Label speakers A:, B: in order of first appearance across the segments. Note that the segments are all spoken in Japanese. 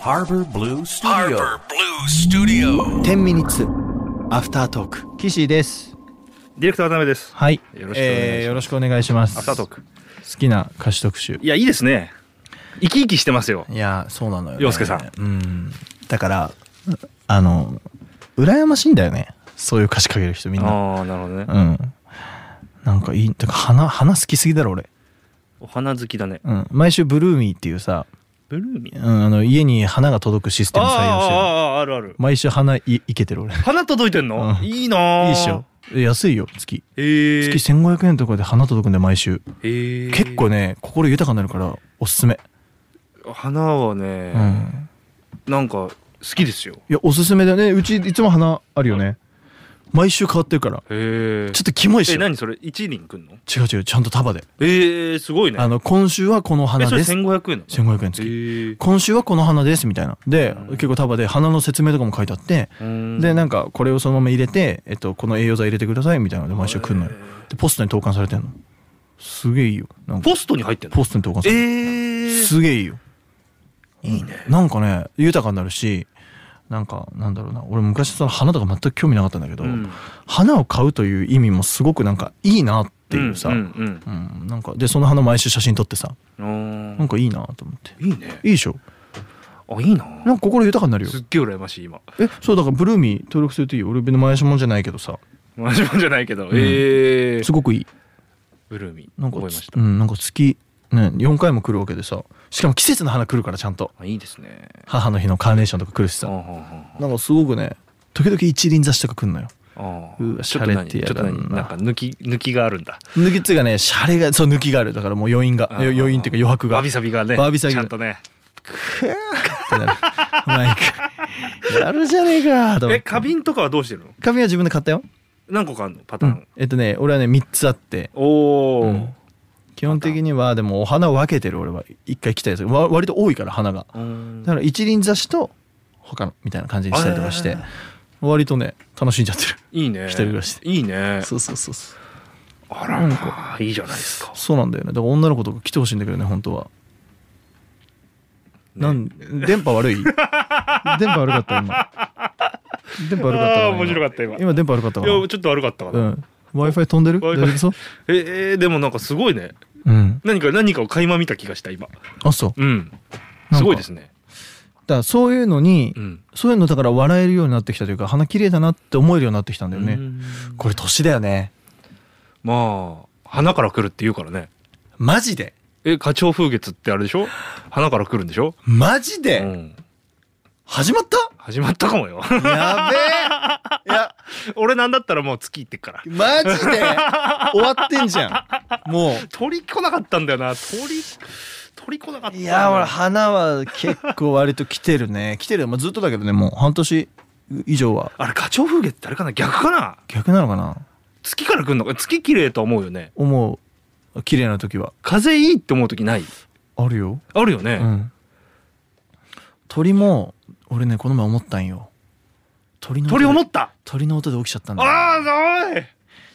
A: Harbor Blue Studio.
B: Harbor Blue Studio.
C: 10ミニッツアフタートーク岸です
D: ディレクター渡辺です。
C: はい
D: よろしくお願いします
C: えーよろしくお願いします
D: アフタートーク。
C: 好きな歌手特集
D: いや、いいですね。生き生きしてますよ。
C: いやそうなのよ、ね、
D: 洋介さん
C: うんだからあの羨ましいんだよねそういう歌詞書ける人みんな
D: ああ、なるほどね
C: う。んなんかいいだから花花好きすぎだろ俺、
D: お花好きだね。
C: うん、毎週ブルーミーっていうさ、
D: ブルーミー
C: うん、あの家に花が届くシステ
D: あ
C: ム
D: あ
C: 採用してる
D: ああ、あるある。
C: 毎週花いいけてる俺
D: 花届いてんの
C: うん
D: いいなあ
C: いいっしょ。え安いよ月
D: ええ。
C: 月1500円とかで花届くんで毎週
D: ええ。
C: 結構ね心豊かになるからおすすめ
D: 花は
C: う
D: ね、
C: ん
D: なんか好きですよ。
C: いやおすすめだよねうちいつも花あるよね毎週変わってるから
D: へえ。
C: ちょっとキモいっし
D: え、
C: ょ違
D: 何それ一輪くんの
C: う違うちゃんと束で
D: ええ、すごいね。
C: あの今週はこの
D: え、
C: 花
D: それ
C: です
D: 1500円なの
C: 1500円付き
D: え
C: 今週はこの花ですみたいなで
D: うん
C: 結構束で花の説明とかも書いてあって
D: えうん。
C: でなんかこれをそのまま入れてえっとこの栄養剤入れてくださいみたいなので毎週来んのよ
D: へえ
C: でポストに投函されてんのすげえいいよなんか
D: ポストに入ってんの
C: ポストに投函されて
D: ええ。
C: すげえいいよ
D: いいね。
C: なんかね豊かになるしなんかなんだろうな俺昔その花とか全く興味なかったんだけど、
D: うん
C: 花を買うという意味もすごくなんかいいなっていうさ、
D: う
C: うんん
D: うん
C: なんかでその花毎週写真撮ってさ
D: うん。
C: な
D: あ
C: んかいいなと思って
D: ーいいね。
C: いいでしょ
D: あ、いいな。
C: なんか心豊かになるよ
D: すっげえ羨ましい今
C: えそうだからブルーミー登録するといいよ俺別に前しもんじゃないけどさ
D: マジもんじゃないけど、
C: ん
D: ええ
C: すごくいい
D: ブルーミー
C: なん
D: 覚
C: か
D: えました
C: うんなんか月ね4回も来るわけでさしかも季節の花来るからちゃんと
D: あいいですね
C: 母の日のカーネーションとか来るし
D: あ
C: さ
D: あ
C: なんかすごくね時々一輪挿しとか来んのよ
D: あ
C: うわ
D: ちょっと何
C: 洒落て
D: ち
C: や
D: ょっと
C: がんな
D: 何なんか抜き抜きがあるんだ
C: 抜きっつうかねシャレがそう抜きがあるだからもう余韻が
D: あー
C: 余余韻っていうか余白が
D: わびさびがね
C: わびさび
D: ち
C: が
D: ゃんとね
C: ってなるマイクやるじゃねえかと思っ
D: え
C: て
D: 花瓶とかはどうしてるの
C: 花瓶は自分で買ったよ、
D: 何個かあるのパタ
C: う
D: ー
C: ん
D: ン、、
C: えっとね俺はね3つあって
D: おお、
C: うん基本的にはでもお花を分けてる俺は一回来たやつわ割と多いから花が
D: うん
C: だから一輪挿しと他のみたいな感じにしたりとかし
D: あ
C: て割とね楽しんじゃってる
D: いいね
C: 一人暮らしで
D: いいね
C: そうそうそうそう
D: あら
C: なん
D: まあいいじゃないですか
C: そうなんだよねだから女の子とか来てほしいんだけどね本当は、なん電波 悪い電波悪かった今電波悪かった
D: あ
C: な
D: あー面白かった今い
C: 今電波悪かったかな
D: やちょっと悪かったか
C: う
D: な、
C: ん w i f i 飛んでる大丈
D: Wi-Fi
C: 夫そう
D: えー、でもなんかすごいね
C: うん
D: 何か何かを垣間見た気がした今
C: あそう
D: うん
C: か
D: すごいですね
C: だからそういうのに、
D: うん
C: そういうのだから笑えるようになってきたというか鼻綺麗だなって思えるようになってきたんだよね、
D: うん
C: これ年だよね
D: まあ花から来るって言うからね
C: マジで
D: え花鳥風月ってあれでしょ花から来るんでしょ、
C: マジで、
D: うん、
C: 始まった
D: 始まったかもよ
C: やべえいや
D: 俺なんだったらもう月行ってっから
C: マジで終わってんじゃんも
D: 鳥来なかったんだよな鳥鳥来なかった
C: うん
D: だ
C: い
D: よ
C: や俺花は結構割と来てるね 来てる、まあ、ずっとだけどねもう半年以上は
D: あれ花鳥風月ってあれかな逆かな
C: 逆なのかな
D: 月から来るのか月綺麗とは思うよね
C: 思う綺麗な時は
D: 風いいって思う時ない
C: あるよ
D: あるよね、
C: うん、鳥も俺ねこの前思ったんよ鳥の音で
D: 鳥思った
C: 鳥の音で起きちゃったんだよ
D: ああおい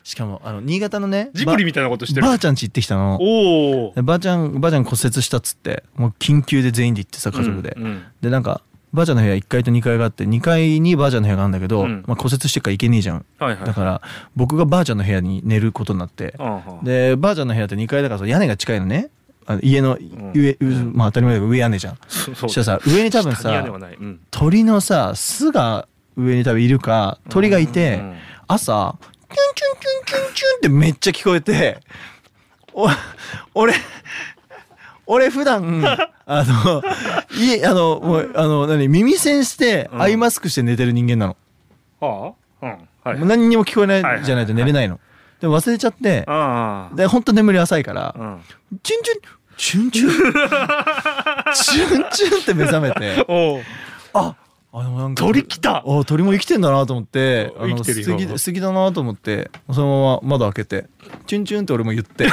C: しかもあの新潟のね
D: ジプリ
C: ば
D: みたいなことしてる
C: ばあちゃん家行ってきたの
D: おお
C: でばあちゃんばあちゃん骨折したっつってもう緊急で全員で行ってさ家族で、
D: うんうん
C: でなんかばあちゃんの部屋1階と2階があって2階にばあちゃんの部屋があるんだけど、
D: うん
C: まあ、骨折してっから行けねえじゃん
D: はいはい
C: だから僕がばあちゃんの部屋に寝ることになって
D: ああ
C: でばあちゃんの部屋って2階だからさ屋根が近いのねあの家の上、
D: うん
C: まあ当たり前だけど上屋根じゃん
D: そそ
C: そうしたらさ上に多分
D: 下に屋
C: さ
D: 根はない、うん、
C: 鳥のさ巣が上に多分いるか鳥がいて
D: うん
C: 朝チュンチュンチュンチュンチュンってめっちゃ聞こえてお俺俺普段あのいあのもうあの何耳栓して
D: うん
C: アイマスクして寝てる人間なの、
D: はあ、うん、はい
C: もう何にも聞こえないじゃないと寝れないの、でも忘れちゃって
D: ああ
C: で本当眠り浅いから、
D: うん、
C: チュンチュンチュンチュンチュンチュンって目覚めて
D: おう
C: ああでもなんか
D: 鳥来た
C: あ鳥も生きてんだなと思って
D: あ
C: あの
D: 生きてるよ
C: 素敵だ素敵だなと思ってそのまま窓開けてチュンチュンって俺も言って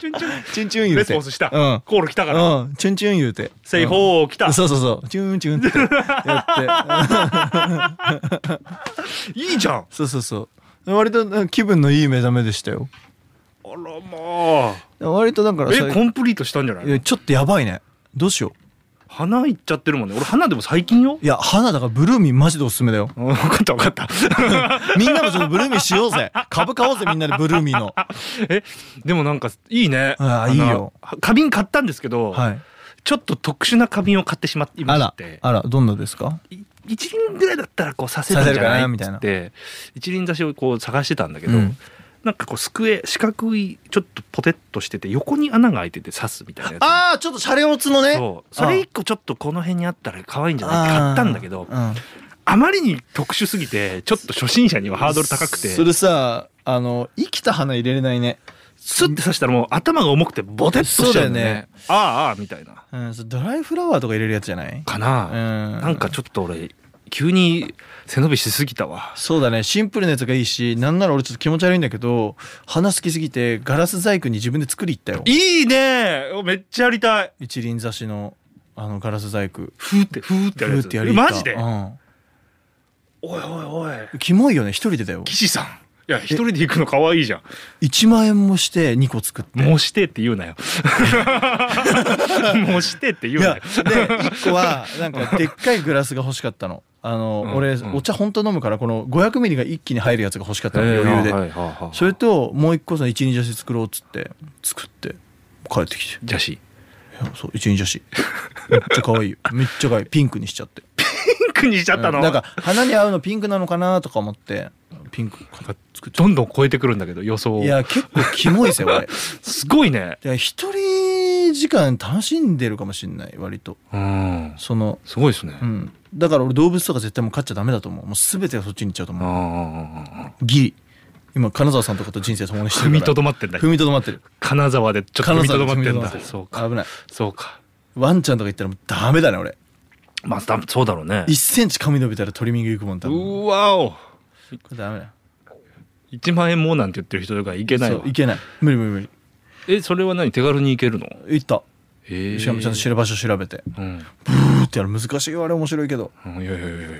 D: チュンチュン
C: チュンチュン言
D: レ
C: う
D: ス
C: て
D: ポンスした、
C: うん
D: コール来たから、
C: うんチュンチュン言うて
D: セイ
C: うん
D: ホー来た、
C: そうそうそうチュンチュンってやって
D: いいじゃん
C: そうそうそう割とうん気分のいい目覚めでしたよ
D: あらまあ
C: 割とだから
D: え
C: さ
D: コンプリートしたんじゃない
C: いやちょっとやばいねどうしよ
D: 花いっちゃってるもんね俺花でも最近よ
C: ういや花だからブルーミンマジでおすすめだよ
D: うん分かった分かった
C: みんなもちょっとブルーミンしよう ぜ株買おうぜみんなでブルーミンの
D: えでもなんかいいね
C: あー
D: の
C: いいよ
D: 花瓶買ったんですけど、
C: はい
D: ちょっと特殊な花瓶を買ってしまっていま
C: あら
D: して
C: あらどんなですか
D: い一輪ぐらいだったらこう刺せるんじゃ
C: 刺せるか
D: ない
C: な
D: っ
C: みたい
D: つ
C: な
D: って一輪挿しをこう探してたんだけど、
C: うん
D: なんかこうスクエア四角いちょっとポテッとしてて横に穴が開いてて刺すみたいなやつ
C: ああちょっとシャレオツのね
D: そうそれ一個ちょっとこの辺にあったら可愛いんじゃないって買ったんだけどあまりに特殊すぎてちょっと初心者にはハードル高くて
C: それさあの生きた花入れれないね
D: スッて刺したらもう頭が重くてボテッとしちゃうんだよねああああみたいな
C: うんそれドライフラワーとか入れるやつじゃない
D: か
C: う
D: な、
C: ん
D: なんかちょっと俺急に背伸びしすぎたわ
C: そうだねシンプルなやつがいいしなんなら俺ちょっと気持ち悪いんだけど花好きすぎてガラス細工に自分で作り行ったよ
D: いいねめっちゃやりたい
C: 一輪挿しのあのガラス細工
D: ふーってふーってやるやつ
C: ふーり行った
D: マジで、
C: うん
D: おいおいおい
C: キモいよね一人でだよ
D: 岸さんいや一人で行くの可愛いじゃん
C: 1万円もして2個作って
D: もうしてって言う なよもうしてって言う
C: い
D: な
C: や
D: よ
C: で1個 はなんかでっかいグラスが欲しかったのあの、
D: うん
C: 俺、
D: うん
C: お茶本当飲むからこの500ミリが一気に入るやつが欲しかったの余裕で、
D: はいはいはい
C: それともう一個その一輪写真作ろうっつって作って帰ってきて
D: じゃし
C: いやそう一輪写真めっちゃ可 愛いよめっちゃ可愛いピンクにしちゃって
D: ピンクにしちゃったの、
C: うんなんか花に合うのピンクなのかなとか思ってピンク作っちゃ
D: どんどん超えてくるんだけど予想
C: う
D: を
C: いや結構キモいぜ俺い
D: すごいね
C: や一人時間楽しんでるかもしんない割と
D: うん
C: その
D: すごいですね
C: う、んだから俺動物とか絶対もう飼っちゃダメだと思うもう全てがそっちに行っちゃうと
D: あ
C: 思う
D: あ
C: ギリ今金沢さんとかと人生共にしてる
D: 踏
C: から
D: みとどまってんだ
C: 踏みとどまってる
D: 金沢でちょっと踏みとどまってん
C: 金沢
D: だ
C: で踏み
D: そう
C: とどま
D: か
C: ってる危ない
D: そうか
C: ワンちゃんとか言ったらもうダメだね俺
D: まあ多分そうだろうね
C: 1センチ髪伸びたらトリミング行くもん
D: う
C: 多分こ
D: ーわお
C: れダメだ
D: 1万円もなんて言ってる人がいけない
C: そ
D: わ
C: ういけない無理無理無理
D: えそれは何手軽に行けるの
C: 行った
D: へえ
C: しかもちゃんと知る場所調べて
D: うん
C: ブーってやる難しいよあれ面白いけど
D: うんいやいやいやいやいや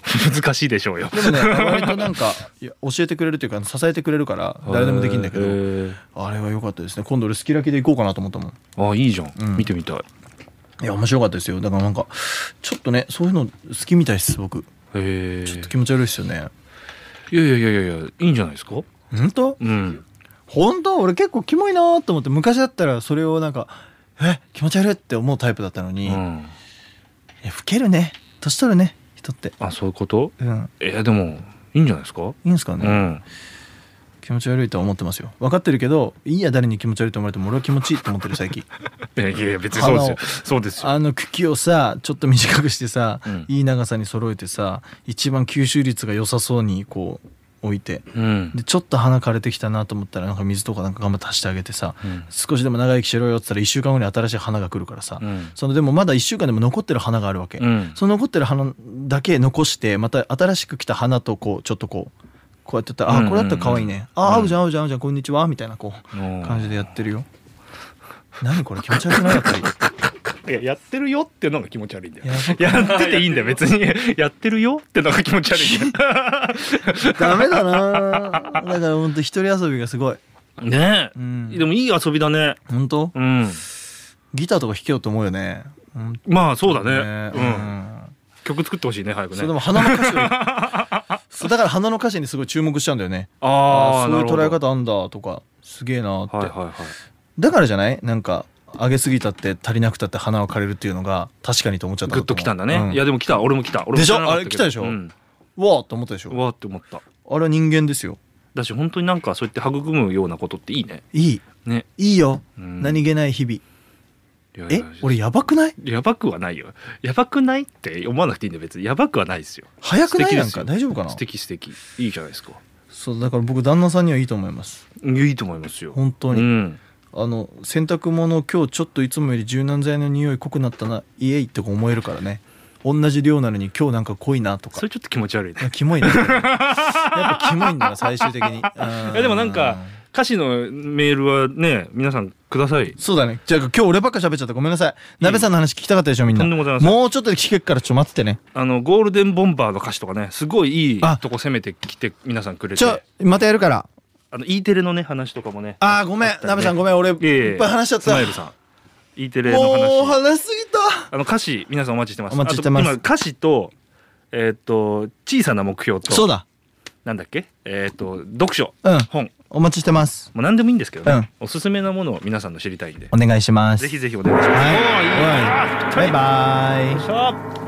D: 難しいでしょうよ
C: でもね割となんかいや教えてくれるというか支えてくれるから誰でもできるんだけ
D: へ
C: ど
D: ー
C: あれは良かったですね今度俺好きラキで行こうかなと思ったもん
D: あいいじゃん、
C: うん
D: 見てみたいへ
C: いや面白かったですよだからなんかちょっとねそういうの好きみたいです僕
D: え
C: ちょっと気持ち悪いですよね
D: いやいやいやいやいやいいんじゃないですか
C: 本当
D: うん
C: 本当俺結構キモいなーと思って昔だったらそれをなんかえ気持ち悪いって思うタイプだったのに、
D: う
C: いや
D: ん、
C: 老けるね年取るね人って
D: あそういうこと
C: うん
D: いやでもいいんじゃないですか
C: いいんですか
D: う
C: ね、
D: ん
C: 気持ち悪いとは思ってますよ分かってるけどいいや誰に気持ち悪いと思われても俺は気持ちいいと思ってる最近
D: いやいや別にそうですよそうですよ
C: あの茎をさちょっと短くしてさ、
D: うん
C: いい長さに揃えてさ一番吸収率が良さそうにこう置いて
D: うん
C: でちょっと花枯れてきたなと思ったらなんか水とかなんか頑張って足してあげてさ、
D: うん
C: 少しでも長生きしろよって言ったら1週間後に新しい花が来るからさ、
D: うん
C: そのでもまだ1週間でも残ってる花があるわけ、
D: うん
C: その残ってる花だけ残してまた新しく来た花とこうちょっとこうこうやってやったら、
D: うんうん
C: あこれだったら可愛いね、あ合うじゃん合うじゃん合うじゃんこんにちはみたいなこう
D: うん
C: 感じでやってるよ何これ気持ち悪くないやっぱり
D: いややってるよってのが気持ち悪いんだよ
C: や
D: やってていいんだよ別 にやってるよってのが気持ち悪いんだ
C: ダメだなだからほんと一人遊びがすごい
D: よねえ、
C: うん
D: でもいい遊びだね
C: 本当
D: うん
C: ギターとか弾けようと思うよね本
D: まあそうだ
C: 当
D: ねう、
C: うんん
D: 曲作ってほしいね早く
C: そ
D: ね
C: れでも花の歌詞を そうだから花の歌詞にすごい注目しちゃうんだよね
D: ああ
C: そういう捉え
D: は
C: 方あんだとかすげえなって、
D: いはいはい
C: だからじゃないなんか上げすぎたって足りなくたって花を枯れるっていうのが確かにと思っちゃった
D: グッときたんだね、いやでも来た俺も来た俺も
C: でしょ
D: 知らなかたけど
C: あれ来たでしょ
D: うん、
C: うわーっと思ったでし
D: う
C: ょ
D: わーって思った
C: あれは人間ですよ
D: だし本当になんかそうやって育むようなことっていいね
C: いい
D: ね
C: いいよ、
D: うん
C: 何気ない日々
D: いやいや
C: え俺やばくない
D: やばくはないよやばくないって思わなくていいんだよ別にやばくはないですよ
C: 早く
D: 素
C: ない
D: 敵
C: な
D: で
C: ん
D: すよ
C: か大丈夫かな
D: 素敵素敵いいじゃないですか
C: そうだから僕旦那さんにはいいと思います
D: いやいいと思いますよ
C: 本当に、
D: うん
C: あの洗濯物今日ちょっといつもより柔軟剤の匂い濃くなったなイエイって思えるからね同じ量なのに今日なんか濃いなとか
D: それちょっと気持ち悪いね
C: キモいな。や っぱキモいんだな、最終的に。い
D: いやでもなんか。歌詞のメールはね皆さんください
C: そうだね。じゃあ今日俺ばっか喋っちゃった。ごめんなさい。鍋さんの話聞きたかったでしょ、みんな。
D: とんでもございません
C: もうちょっとで聞けっから、ちょっと待っててね。
D: あのゴールデンボンバーの歌詞とかねすごいいい
C: あ
D: とこ攻めてきて皆さんくれて
C: ちょ、またやるから。
D: あの E テレのね話とかもね
C: あーごめん、
D: たね
C: ナベさんごめん、俺
D: ええ
C: いっぱい話しちゃってた。
D: スマイルさん E テレの
C: もう
D: 話
C: 話しすぎた。
D: あの歌詞皆さんお待ちしてます
C: お待ちしてます
D: あと今歌詞とえーっと小さな目標と
C: そうだ。
D: なんだっけえーっと読書、
C: うん
D: 本
C: お待ちしてます。
D: もう何でもいいんですけどね、
C: う
D: おすすめなものを皆さんの知りたいんで
C: お願いします。
D: 哦ぜひぜひお願いします、
C: はい
D: おーいいな
C: バイバイ。
D: よいしょ